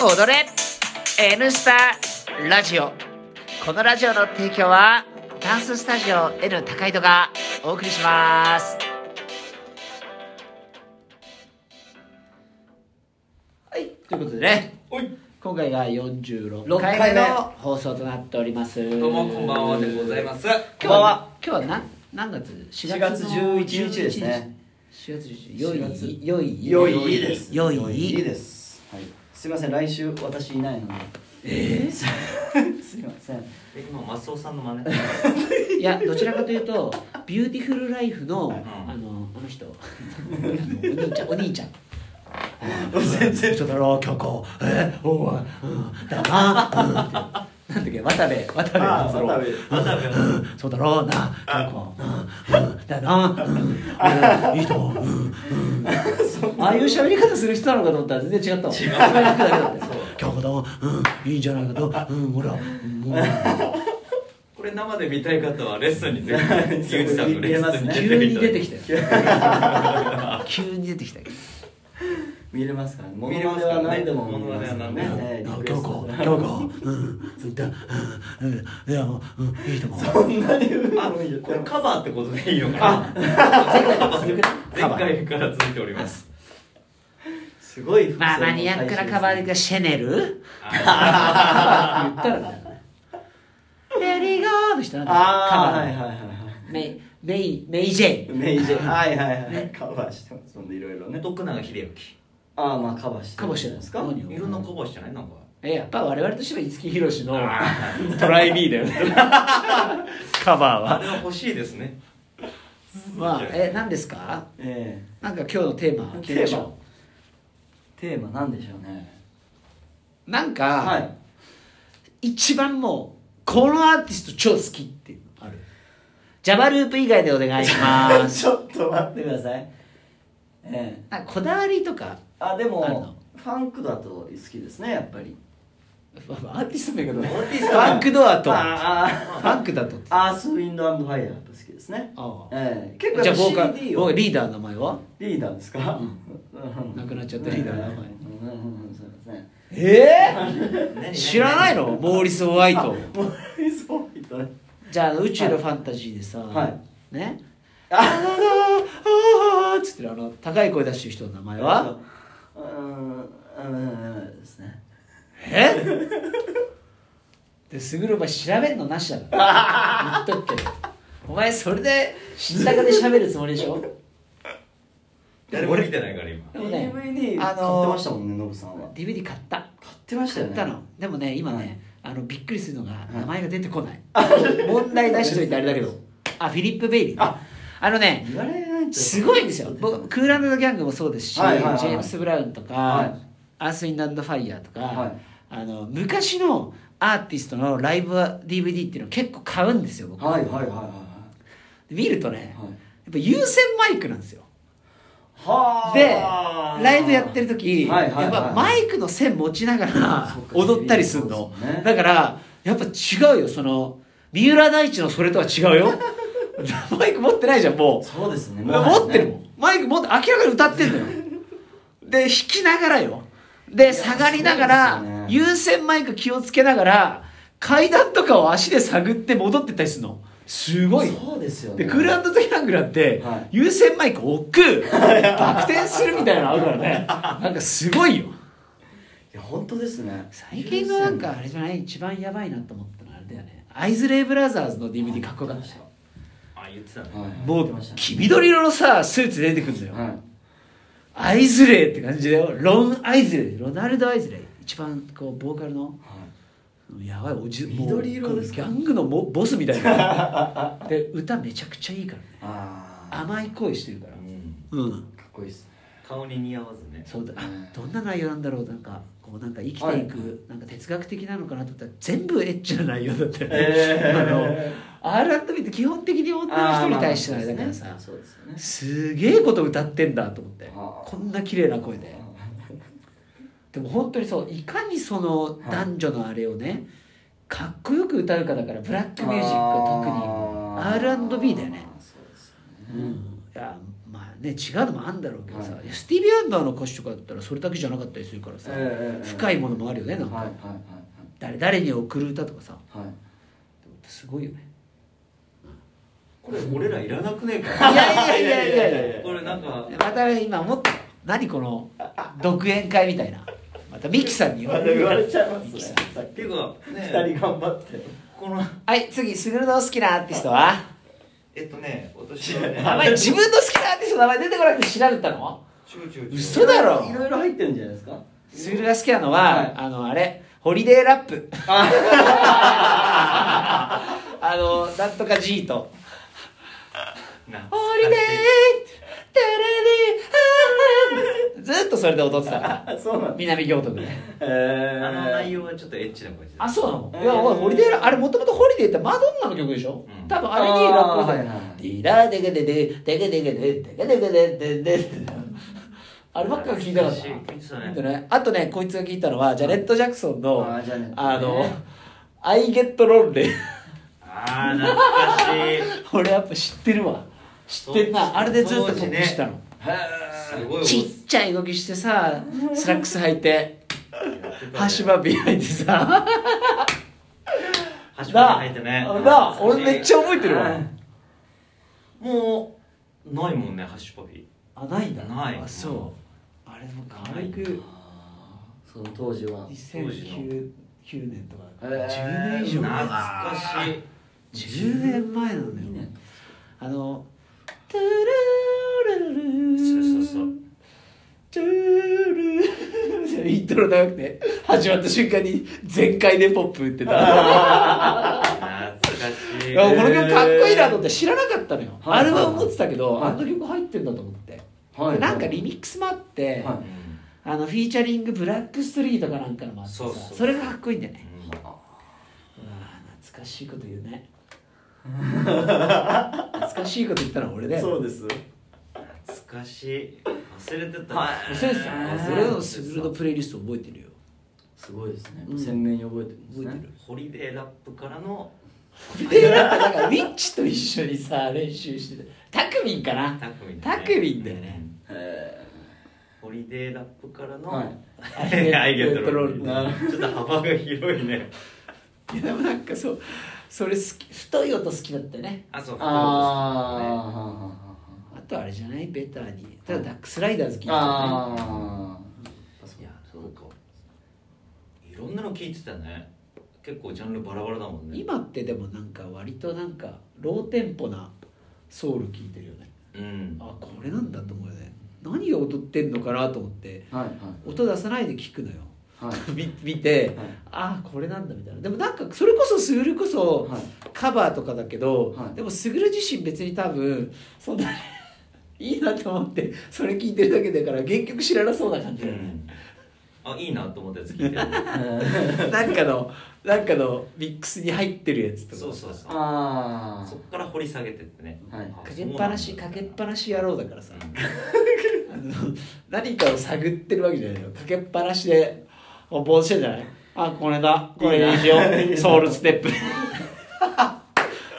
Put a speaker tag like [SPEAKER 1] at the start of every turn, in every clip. [SPEAKER 1] 踊れ N スタラジオこのラジオの提供はダンススタジオ N 高井戸がお送りしますはいということでね
[SPEAKER 2] おい
[SPEAKER 1] 今回が46
[SPEAKER 2] 6
[SPEAKER 1] 回
[SPEAKER 2] 回
[SPEAKER 1] 目
[SPEAKER 2] 目
[SPEAKER 1] の放送となっております
[SPEAKER 2] どうもこんばんはでございます
[SPEAKER 1] 今日は今日は何何月4月の
[SPEAKER 3] 4月11日ですね
[SPEAKER 1] 4月11日
[SPEAKER 3] 良
[SPEAKER 1] 良い
[SPEAKER 3] い
[SPEAKER 1] 良い
[SPEAKER 3] 良いです
[SPEAKER 1] 良
[SPEAKER 3] 良
[SPEAKER 1] い
[SPEAKER 3] いです、はい、すいません来週私いないのでええ すいません
[SPEAKER 2] え今松尾さんの真似
[SPEAKER 1] いやどちらかというとビューティフルライフの、
[SPEAKER 2] ん
[SPEAKER 1] あのあの人お兄ちゃんお兄ちゃん
[SPEAKER 3] 全然
[SPEAKER 1] 人だろう虚構えお前、うん、だな、うん、なんだっけ渡部渡部
[SPEAKER 3] あ
[SPEAKER 1] 篤郎
[SPEAKER 3] 渡部
[SPEAKER 2] 渡部篤
[SPEAKER 1] うんそうだろうな虚構うんうんだな、うんうん、いい人うんうんああいう喋り方する人なのかと思ったら全然違ったわ違う虚構だうんいいんじゃないかとうん俺はもう
[SPEAKER 2] これ生で見たい方はレッスンにぜひ井口さんのレッスンに
[SPEAKER 1] 急に出
[SPEAKER 2] 出
[SPEAKER 1] て
[SPEAKER 2] てき
[SPEAKER 1] き
[SPEAKER 2] て
[SPEAKER 1] たよ急に出てきたけど
[SPEAKER 3] 見れますからねモ
[SPEAKER 2] 見
[SPEAKER 3] ノ
[SPEAKER 2] れ
[SPEAKER 3] マ
[SPEAKER 2] ま
[SPEAKER 3] ネ
[SPEAKER 2] すからね
[SPEAKER 3] は何でも
[SPEAKER 2] モノマネは何でも
[SPEAKER 3] ええリ
[SPEAKER 1] 京
[SPEAKER 3] クエスト
[SPEAKER 1] 子京子うんだうんいやうんいいと思う
[SPEAKER 3] そんなに上
[SPEAKER 2] あ
[SPEAKER 3] も言って
[SPEAKER 2] これ
[SPEAKER 3] ない
[SPEAKER 2] カバーってことでいいのかな前回から続いております
[SPEAKER 3] すごい服装の
[SPEAKER 1] まあマニアックなカバー
[SPEAKER 3] 回
[SPEAKER 1] がシェネル
[SPEAKER 2] あ
[SPEAKER 1] 言ったらねメリーゴーの人なんだ
[SPEAKER 3] ああはい
[SPEAKER 1] カ
[SPEAKER 3] は
[SPEAKER 1] バ
[SPEAKER 3] いはい
[SPEAKER 1] ーメイメイメイジェイ
[SPEAKER 3] はいメイジェはいはいはいカバーしてますそんでいろいろね
[SPEAKER 2] 徳永英之
[SPEAKER 3] ああまあカバーして
[SPEAKER 1] カバーしてるんですか
[SPEAKER 2] いろんなカバーしてないなんか
[SPEAKER 1] えやっぱ我々としては五木ひろしの
[SPEAKER 2] あ
[SPEAKER 1] トライビーだよねカバー
[SPEAKER 2] あれは欲しいですね
[SPEAKER 1] まあえ何ですか
[SPEAKER 3] え
[SPEAKER 1] なんか今日のテーマ
[SPEAKER 3] え
[SPEAKER 1] 聞いてみましょ
[SPEAKER 3] テーマなんでしょうね
[SPEAKER 1] うなんか、
[SPEAKER 3] はい
[SPEAKER 1] 一番もうこのアーティスト超好きっていうのあるジャバループ以外でお願いします
[SPEAKER 3] ちょっと待ってくださいええ
[SPEAKER 1] なんかこだわりとか
[SPEAKER 3] あで
[SPEAKER 1] あるの
[SPEAKER 3] もファンクだと好きですねやっぱり
[SPEAKER 1] まあまあアーティスト名がどうフ
[SPEAKER 3] アーティスト名
[SPEAKER 1] ァンクドアとフ
[SPEAKER 3] あ
[SPEAKER 1] ァンクだと
[SPEAKER 3] あアースウィンドアンドファイヤーと好きですね
[SPEAKER 1] ああ
[SPEAKER 3] ええ結構
[SPEAKER 1] じ
[SPEAKER 3] や
[SPEAKER 1] ゃあ
[SPEAKER 3] っ
[SPEAKER 1] ボーカ
[SPEAKER 3] ぱ
[SPEAKER 1] ル
[SPEAKER 3] CD
[SPEAKER 1] ボー
[SPEAKER 3] を
[SPEAKER 1] カルリーダーの名前は
[SPEAKER 3] リーダーですか、うん
[SPEAKER 1] なくなっちゃったリーダーの名前
[SPEAKER 3] うんうんうんそうですね
[SPEAKER 1] え
[SPEAKER 2] 何
[SPEAKER 1] 知らないのモーリス・ホワイト
[SPEAKER 3] もうそうみたいな
[SPEAKER 1] じゃああの宇宙のファンタジーでさ、
[SPEAKER 3] はい
[SPEAKER 1] ね
[SPEAKER 3] あ
[SPEAKER 1] あららあーあーっつってるあの高い声出してる人の名前は
[SPEAKER 3] うんうんですね
[SPEAKER 1] え ですぐるお前調べるのなしだから言っとくけどお前それで知ったかで喋るつもりでしょ
[SPEAKER 2] 誰も見てないから今
[SPEAKER 1] でもね
[SPEAKER 3] DVD
[SPEAKER 1] あ
[SPEAKER 3] 買
[SPEAKER 1] のー
[SPEAKER 3] ってましたもんねノブさんは
[SPEAKER 1] DVD 買った
[SPEAKER 3] 買ってましたよ
[SPEAKER 1] 買っ
[SPEAKER 3] ね
[SPEAKER 1] たのでもね今
[SPEAKER 3] はい
[SPEAKER 1] ねあのびっくりするのが
[SPEAKER 3] い
[SPEAKER 1] 名前が出てこない問題出しといてあれだけどあフィリップ・ベイリーね
[SPEAKER 3] あ
[SPEAKER 1] あのね
[SPEAKER 3] 言われないと
[SPEAKER 1] すごいんですよ僕クーランドギャングもそうですし、
[SPEAKER 3] はいはいはい
[SPEAKER 1] ジェームス・ブラウンとか、
[SPEAKER 3] はい
[SPEAKER 1] アース・ウィンド・アンド・ファイヤーとか、
[SPEAKER 3] はい
[SPEAKER 1] あの昔のアーティストのライブ DVD っていうのを結構買うんですよ僕、
[SPEAKER 3] はいはいはいはいはい
[SPEAKER 1] 見るとね、
[SPEAKER 3] はい
[SPEAKER 1] やっぱ有線マイクなんですよ
[SPEAKER 3] は
[SPEAKER 1] で
[SPEAKER 3] あ
[SPEAKER 1] ライブやってる時、
[SPEAKER 3] はいはいはい
[SPEAKER 1] やっぱマイクの線持ちながら
[SPEAKER 3] そうか
[SPEAKER 1] 踊ったりするの、
[SPEAKER 3] そうですね
[SPEAKER 1] だからやっぱ違うよその三浦大知のそれとは違うよ マイク持ってないじゃんもう
[SPEAKER 3] そうですね
[SPEAKER 1] 持ってるもん、マイク持って明らかに歌ってんのよで弾きながらよで
[SPEAKER 3] や
[SPEAKER 1] 下がりながら、
[SPEAKER 3] そうですよね
[SPEAKER 1] 有線マイク気をつけながら階段とかを足で探って戻ってったりするのすごいよ
[SPEAKER 3] そうですよね
[SPEAKER 1] でクールアンドザキャングラーって、
[SPEAKER 3] はい
[SPEAKER 1] 有線マイク置 くバク転するみたいなのあるからねなんかすごいよ
[SPEAKER 3] いや本当ですね
[SPEAKER 1] 最近のなんかあれじゃない一番やばいなと思ったのはあれだよねアイズレイブラザーズの DVD かっこよかったね
[SPEAKER 2] あ言ってたね
[SPEAKER 1] も
[SPEAKER 3] 言って
[SPEAKER 1] う
[SPEAKER 3] ましたね
[SPEAKER 1] 黄緑色のさスーツ出てくるんだよ、
[SPEAKER 3] はい
[SPEAKER 1] アイズレイって感じだよロン・アイズレイロナルド・アイズレイ一番こうボーカルのやばいおじもう
[SPEAKER 3] 緑色ですか
[SPEAKER 1] こうギャングのボボスみたいなで歌めちゃくちゃいいからね
[SPEAKER 3] ああ
[SPEAKER 1] 甘い声してるから
[SPEAKER 2] うん
[SPEAKER 1] うん
[SPEAKER 3] かっこいいですね
[SPEAKER 2] 顔に似合わずね
[SPEAKER 1] そうだあ
[SPEAKER 3] うん
[SPEAKER 1] どんな内容なんだろうなんかこうなんか生きていく、
[SPEAKER 3] は
[SPEAKER 1] なんか哲学的なのかなと思ったら全部エッチな内容だったよね、
[SPEAKER 3] え
[SPEAKER 1] あの R&B って基本的に女の人に対してのあれだからさ、
[SPEAKER 3] そうですよね
[SPEAKER 1] すげえこと歌ってんだと思って
[SPEAKER 3] あー
[SPEAKER 1] こんな綺麗な声ででも本当にそういかにその
[SPEAKER 3] い
[SPEAKER 1] 男女のあれをねかっこよく歌うかだからブラックミュージックは特に R&B だよね、
[SPEAKER 3] そうです
[SPEAKER 1] うん、いやまあね、違うのもあんだろうけどさ、スティービー・アンダーの歌詞とかだったらそれだけじゃなかったりするからさ、
[SPEAKER 3] ええ
[SPEAKER 1] 深いものもあるよねなんか、
[SPEAKER 3] はいはい
[SPEAKER 1] 誰誰に送る歌とかさ
[SPEAKER 3] はいはい
[SPEAKER 1] すごいよね
[SPEAKER 2] これ俺らいらなくねえ
[SPEAKER 1] い
[SPEAKER 2] か
[SPEAKER 1] やいやいやいやいやいや
[SPEAKER 2] これなんか
[SPEAKER 1] また今思ったよ何この独演会みたいなまたミキさんに言わ
[SPEAKER 3] まだ
[SPEAKER 1] れ
[SPEAKER 3] 言わ
[SPEAKER 1] る
[SPEAKER 3] れちゃいますねさっき
[SPEAKER 2] ていうか
[SPEAKER 3] 二
[SPEAKER 2] ね
[SPEAKER 3] 人頑張って
[SPEAKER 2] この
[SPEAKER 1] はい次スグルの好きなアーティストは
[SPEAKER 2] えっと ね私はね
[SPEAKER 1] 名前自分の好きなアーティストの名前出てこなくて調べたの
[SPEAKER 2] ちゅうちゅうちゅう
[SPEAKER 1] 嘘だろ
[SPEAKER 3] いろいろ入ってるんじゃないですか
[SPEAKER 1] スグルが好きなの
[SPEAKER 3] は
[SPEAKER 1] はいあのあれホリデーラップ あのなんとか G と
[SPEAKER 2] な
[SPEAKER 1] 「ホリデーテレビ」ずっとそれで踊ってたから
[SPEAKER 3] あそうなんだ
[SPEAKER 1] 南行徳で
[SPEAKER 3] え
[SPEAKER 2] あ
[SPEAKER 3] ー
[SPEAKER 2] の内容はちょっとエッチな感じ
[SPEAKER 1] あそうなの、いや
[SPEAKER 3] えー
[SPEAKER 1] おいホリデーラあれもともとホリデーってマドンナの曲でしょ、
[SPEAKER 2] うん
[SPEAKER 1] 多分あれにラップを
[SPEAKER 3] あーはいはい
[SPEAKER 1] ディラデゲデデデゲデゲデデゲデゲデデデあればっか聞いたかった
[SPEAKER 2] 聞いてたね
[SPEAKER 1] ほんとねあとねこいつが聞いたのはジャネット・ジャクソンの
[SPEAKER 3] あージャネットね
[SPEAKER 1] あの「I get lonely
[SPEAKER 2] ああ懐かし」
[SPEAKER 1] 俺やっぱ知ってるわ知ってんなあれでずっとポップしたの、
[SPEAKER 2] いすごい
[SPEAKER 1] ちっちゃい動きしてさスラックス履いて
[SPEAKER 2] 端
[SPEAKER 1] 橋場ビ履いてさ
[SPEAKER 2] 端
[SPEAKER 1] な
[SPEAKER 2] 場
[SPEAKER 1] あ、
[SPEAKER 2] 入ってね
[SPEAKER 1] なあ俺めっちゃ覚えてるわ
[SPEAKER 3] はい
[SPEAKER 2] もうないもんねハッシュパピ
[SPEAKER 1] あないんだ
[SPEAKER 2] ない
[SPEAKER 1] あそうあれも軽く
[SPEAKER 3] あーその当時は
[SPEAKER 1] 2009年とか
[SPEAKER 3] へ
[SPEAKER 1] 10年以上
[SPEAKER 2] ー
[SPEAKER 3] ー
[SPEAKER 2] 懐
[SPEAKER 1] 前
[SPEAKER 2] かしい
[SPEAKER 1] 10年前なのよあの「トゥルルルル
[SPEAKER 2] そうそうそう
[SPEAKER 1] トゥルルル」イントロ長くて始まった瞬間に全開でポップ打ってた
[SPEAKER 2] 懐かし
[SPEAKER 1] い
[SPEAKER 2] い
[SPEAKER 1] やこの曲かっこいいなと思って知らなかったのよ
[SPEAKER 3] はい
[SPEAKER 1] アルバム持ってたけど
[SPEAKER 3] はい
[SPEAKER 1] あの曲入ってんだと思って
[SPEAKER 3] はい
[SPEAKER 1] でなんかリミックスもあって
[SPEAKER 3] はい
[SPEAKER 1] あのフィーチャリングブラックストリートかなんかのもあってさ
[SPEAKER 2] そうそう
[SPEAKER 1] それがかっこいいんだよね
[SPEAKER 2] うん
[SPEAKER 1] うわー懐かしいこと言うね懐かしいこと言ったのは俺だよ
[SPEAKER 3] そうです
[SPEAKER 2] 懐かしい忘れてた
[SPEAKER 3] はい
[SPEAKER 1] そうです
[SPEAKER 3] ね
[SPEAKER 1] それのスグルのプレイリスト覚えてるよ
[SPEAKER 3] すごいですね、
[SPEAKER 1] うん
[SPEAKER 3] 鮮明に覚えてるんですね
[SPEAKER 1] 覚えてる
[SPEAKER 2] ホリデーラップからの
[SPEAKER 1] でなんかなんかウィッチと一緒にさ練習してたタクミンかな
[SPEAKER 2] タクミン
[SPEAKER 1] タクミンだよね
[SPEAKER 2] うん
[SPEAKER 3] へ
[SPEAKER 2] ホリデーラップから
[SPEAKER 3] ー
[SPEAKER 2] の
[SPEAKER 3] は い
[SPEAKER 2] アイゲットロール
[SPEAKER 1] なる
[SPEAKER 2] ちょっと幅が広いね
[SPEAKER 1] いやでもなんかそうそれ好き太い音好きだったよね
[SPEAKER 2] あそう
[SPEAKER 3] あ
[SPEAKER 1] あとあれじゃないベターにただダックスライダーズ聞い
[SPEAKER 3] ー
[SPEAKER 1] てたよね
[SPEAKER 3] ああ
[SPEAKER 2] いやそうかいろんなの聞いてたね結構ジャンルバラバラだもんね
[SPEAKER 1] 今ってでもなんか割となんかローテンポなソウル聞いてるよね
[SPEAKER 2] うん
[SPEAKER 1] あこれなんだと思うよね何が踊ってんのかなと思って
[SPEAKER 3] はいはい
[SPEAKER 1] 音出さないで聞くのよ
[SPEAKER 3] はい
[SPEAKER 1] 見見て
[SPEAKER 3] はい
[SPEAKER 1] ああこれなんだみたいなでもなんかそれこそスグルこそ
[SPEAKER 3] はい
[SPEAKER 1] カバーとかだけど、
[SPEAKER 3] はい
[SPEAKER 1] でもスグル自身別に多分そんな いいなと思ってそれ聞いてるだけだから原曲知らなそうな感じ
[SPEAKER 2] う
[SPEAKER 1] だよね
[SPEAKER 2] んあいいなと思ったやつ聞いて る
[SPEAKER 1] なんかのなんかのミックスに入ってるやつとか
[SPEAKER 2] そうそうそう
[SPEAKER 3] あ
[SPEAKER 2] そっから掘り下げてってね
[SPEAKER 3] はい
[SPEAKER 2] あ
[SPEAKER 1] かけっぱなし
[SPEAKER 2] そう
[SPEAKER 1] か
[SPEAKER 2] んだ
[SPEAKER 1] けっぱなし野郎だからさ
[SPEAKER 2] うん
[SPEAKER 1] あの何かを探ってるわけじゃないよかけっぱなしでぼーっとしてんじゃないあこれだこれにしようソウルステップ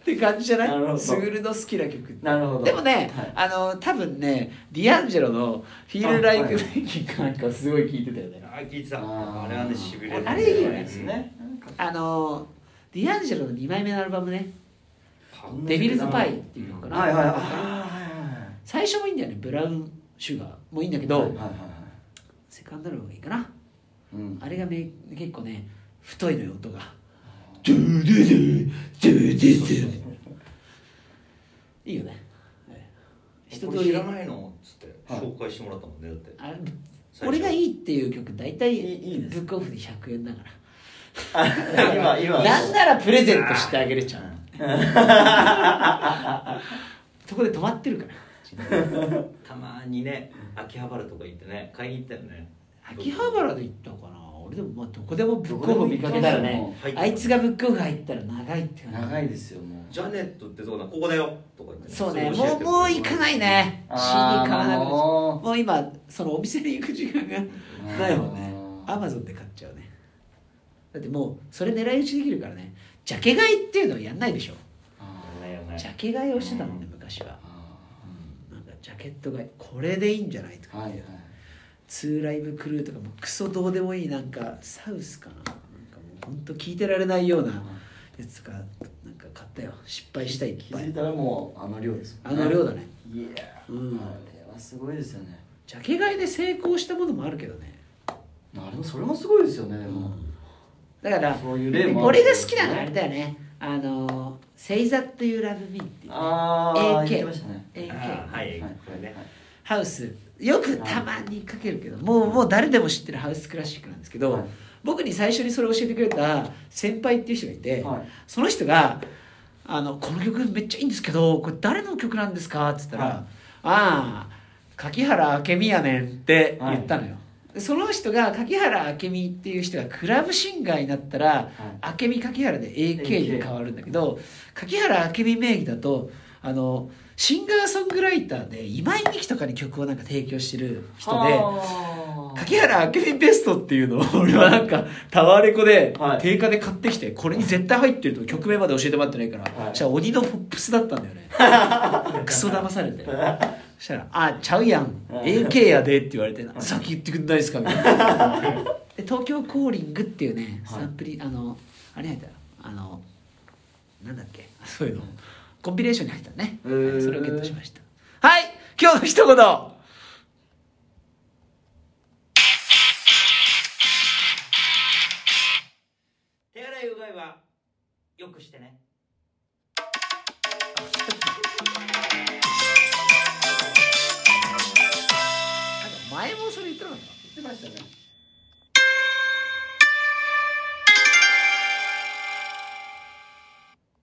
[SPEAKER 1] って感じじゃ
[SPEAKER 3] なるほ
[SPEAKER 1] ない
[SPEAKER 3] ど
[SPEAKER 1] スグルの好きな曲って
[SPEAKER 3] あなるほど
[SPEAKER 1] でもね、
[SPEAKER 3] はい
[SPEAKER 1] あの多分ねディアンジェロの「フィール・ライク・メイキング」なんかすごい聴いてたよね
[SPEAKER 2] あ聞いてた
[SPEAKER 3] あー
[SPEAKER 2] あれはねしびれる
[SPEAKER 1] あれいいよ
[SPEAKER 3] そう
[SPEAKER 1] ね
[SPEAKER 3] ですねなんか
[SPEAKER 1] あのディアンジェロの2枚目のアルバムね
[SPEAKER 2] う
[SPEAKER 1] 「
[SPEAKER 2] ん
[SPEAKER 1] デビルズ・パイ」っていうのかな、
[SPEAKER 3] はいはいはいは
[SPEAKER 1] 最初もいいんだよね「ブラウン・シュガー」もいいんだけ
[SPEAKER 3] い
[SPEAKER 1] ど、
[SPEAKER 3] はいはいはい
[SPEAKER 1] セカンドアルバムがいいかな
[SPEAKER 3] うん
[SPEAKER 1] あれがめ結構ね太いのよ音がドゥドゥドゥドゥドゥドゥいいよねはい一
[SPEAKER 2] こ
[SPEAKER 1] 通
[SPEAKER 2] れ知
[SPEAKER 1] り
[SPEAKER 2] らないのっつって
[SPEAKER 3] はい
[SPEAKER 2] 紹介してもらったもんねだって
[SPEAKER 1] あ
[SPEAKER 2] 最初
[SPEAKER 1] 俺がいいっていう曲大体
[SPEAKER 3] いいいいです
[SPEAKER 1] ブックオフで100円だから
[SPEAKER 3] 今今
[SPEAKER 1] なんならプレゼントしてあげれちゃうそこで止まってるから
[SPEAKER 2] たまにね秋葉原とか行ってね買いに行ったよね
[SPEAKER 1] 秋葉原で行ったのかな俺でもまあどこでもブックオフ見かけたらね
[SPEAKER 2] どこでも行きますよ
[SPEAKER 1] あいつがブックオフ入ったら長いって感
[SPEAKER 3] 長いですよもう
[SPEAKER 2] ジャネットってどうなのここだよとか言って、
[SPEAKER 1] じそうねもう
[SPEAKER 2] 教えてくれて
[SPEAKER 1] もう行かないね CD 買わなくなっちゃう
[SPEAKER 3] あ
[SPEAKER 1] もう今そのお店に行く時間が
[SPEAKER 3] ー
[SPEAKER 1] ないもんねアマゾンで買っちゃうねだってもうそれ狙い撃ちできるからねジャケ買いっていうのをやんないでしょ
[SPEAKER 3] あ
[SPEAKER 2] やんないやんない
[SPEAKER 1] ジャケ買いをしてたもんね昔は
[SPEAKER 3] ーあ
[SPEAKER 1] なんかやっジャケットがこれでいいんじゃないとか
[SPEAKER 3] はいはい
[SPEAKER 1] ツーライブクルーとかもうクソどうでもいいなんかサウスかななんかもうほんと聞いてられないようなやつとかなんか買ったよ失敗したいっ
[SPEAKER 3] 気
[SPEAKER 1] ぱ
[SPEAKER 3] づい
[SPEAKER 1] い
[SPEAKER 3] たらもうあの量です
[SPEAKER 1] あの量だね
[SPEAKER 3] いやー、
[SPEAKER 1] うん
[SPEAKER 3] あれはすごいですよね
[SPEAKER 1] ジャケ買いで成功したものもあるけどね
[SPEAKER 3] あれもそれもすごいですよねでも、
[SPEAKER 1] だから
[SPEAKER 3] そういう例もある
[SPEAKER 1] 俺が好きなのはあれだよねあの「Say That You Love Me」っていう
[SPEAKER 3] ああ
[SPEAKER 1] AK
[SPEAKER 3] 言ってましたね
[SPEAKER 1] AK
[SPEAKER 2] あーはい
[SPEAKER 3] は
[SPEAKER 2] これね
[SPEAKER 1] ハウスよくたまにかけるけどもうもう誰でも知ってるハウスクラシックなんですけど、
[SPEAKER 3] はい
[SPEAKER 1] 僕に最初にそれを教えてくれた先輩っていう人がいて、
[SPEAKER 3] はい
[SPEAKER 1] その人があの「この曲めっちゃいいんですけどこれ誰の曲なんですか?」っつったら「
[SPEAKER 3] はい
[SPEAKER 1] ああ柿原明美やねん」って言ったのよ。でその人が柿原明美っていう人がクラブシンガーになったら、明美柿原で AK に変わるんだけど柿原明美名義だとあのシンガーソングライターで今井美樹とかに曲をなんか提供してる人で
[SPEAKER 3] はー
[SPEAKER 1] 柿原明美ベストっていうのを俺はなんかタワーレコで
[SPEAKER 3] はい
[SPEAKER 1] 定価で買ってきてこれに絶対入ってると曲名まで教えてもらってないから
[SPEAKER 3] はい
[SPEAKER 1] そしたら鬼のポップスだったんだよね クソ騙されてそしたら「あちゃうやん AK やで」って言われて「さっき言ってくんないですか」みたい なで東京コーリングっていうね
[SPEAKER 3] はい
[SPEAKER 1] サンプリ、あのあれ入ったよあのなんだっけそういうのコンピレーションに入ったね、
[SPEAKER 3] へー
[SPEAKER 1] それをゲットしましたはい今日の一言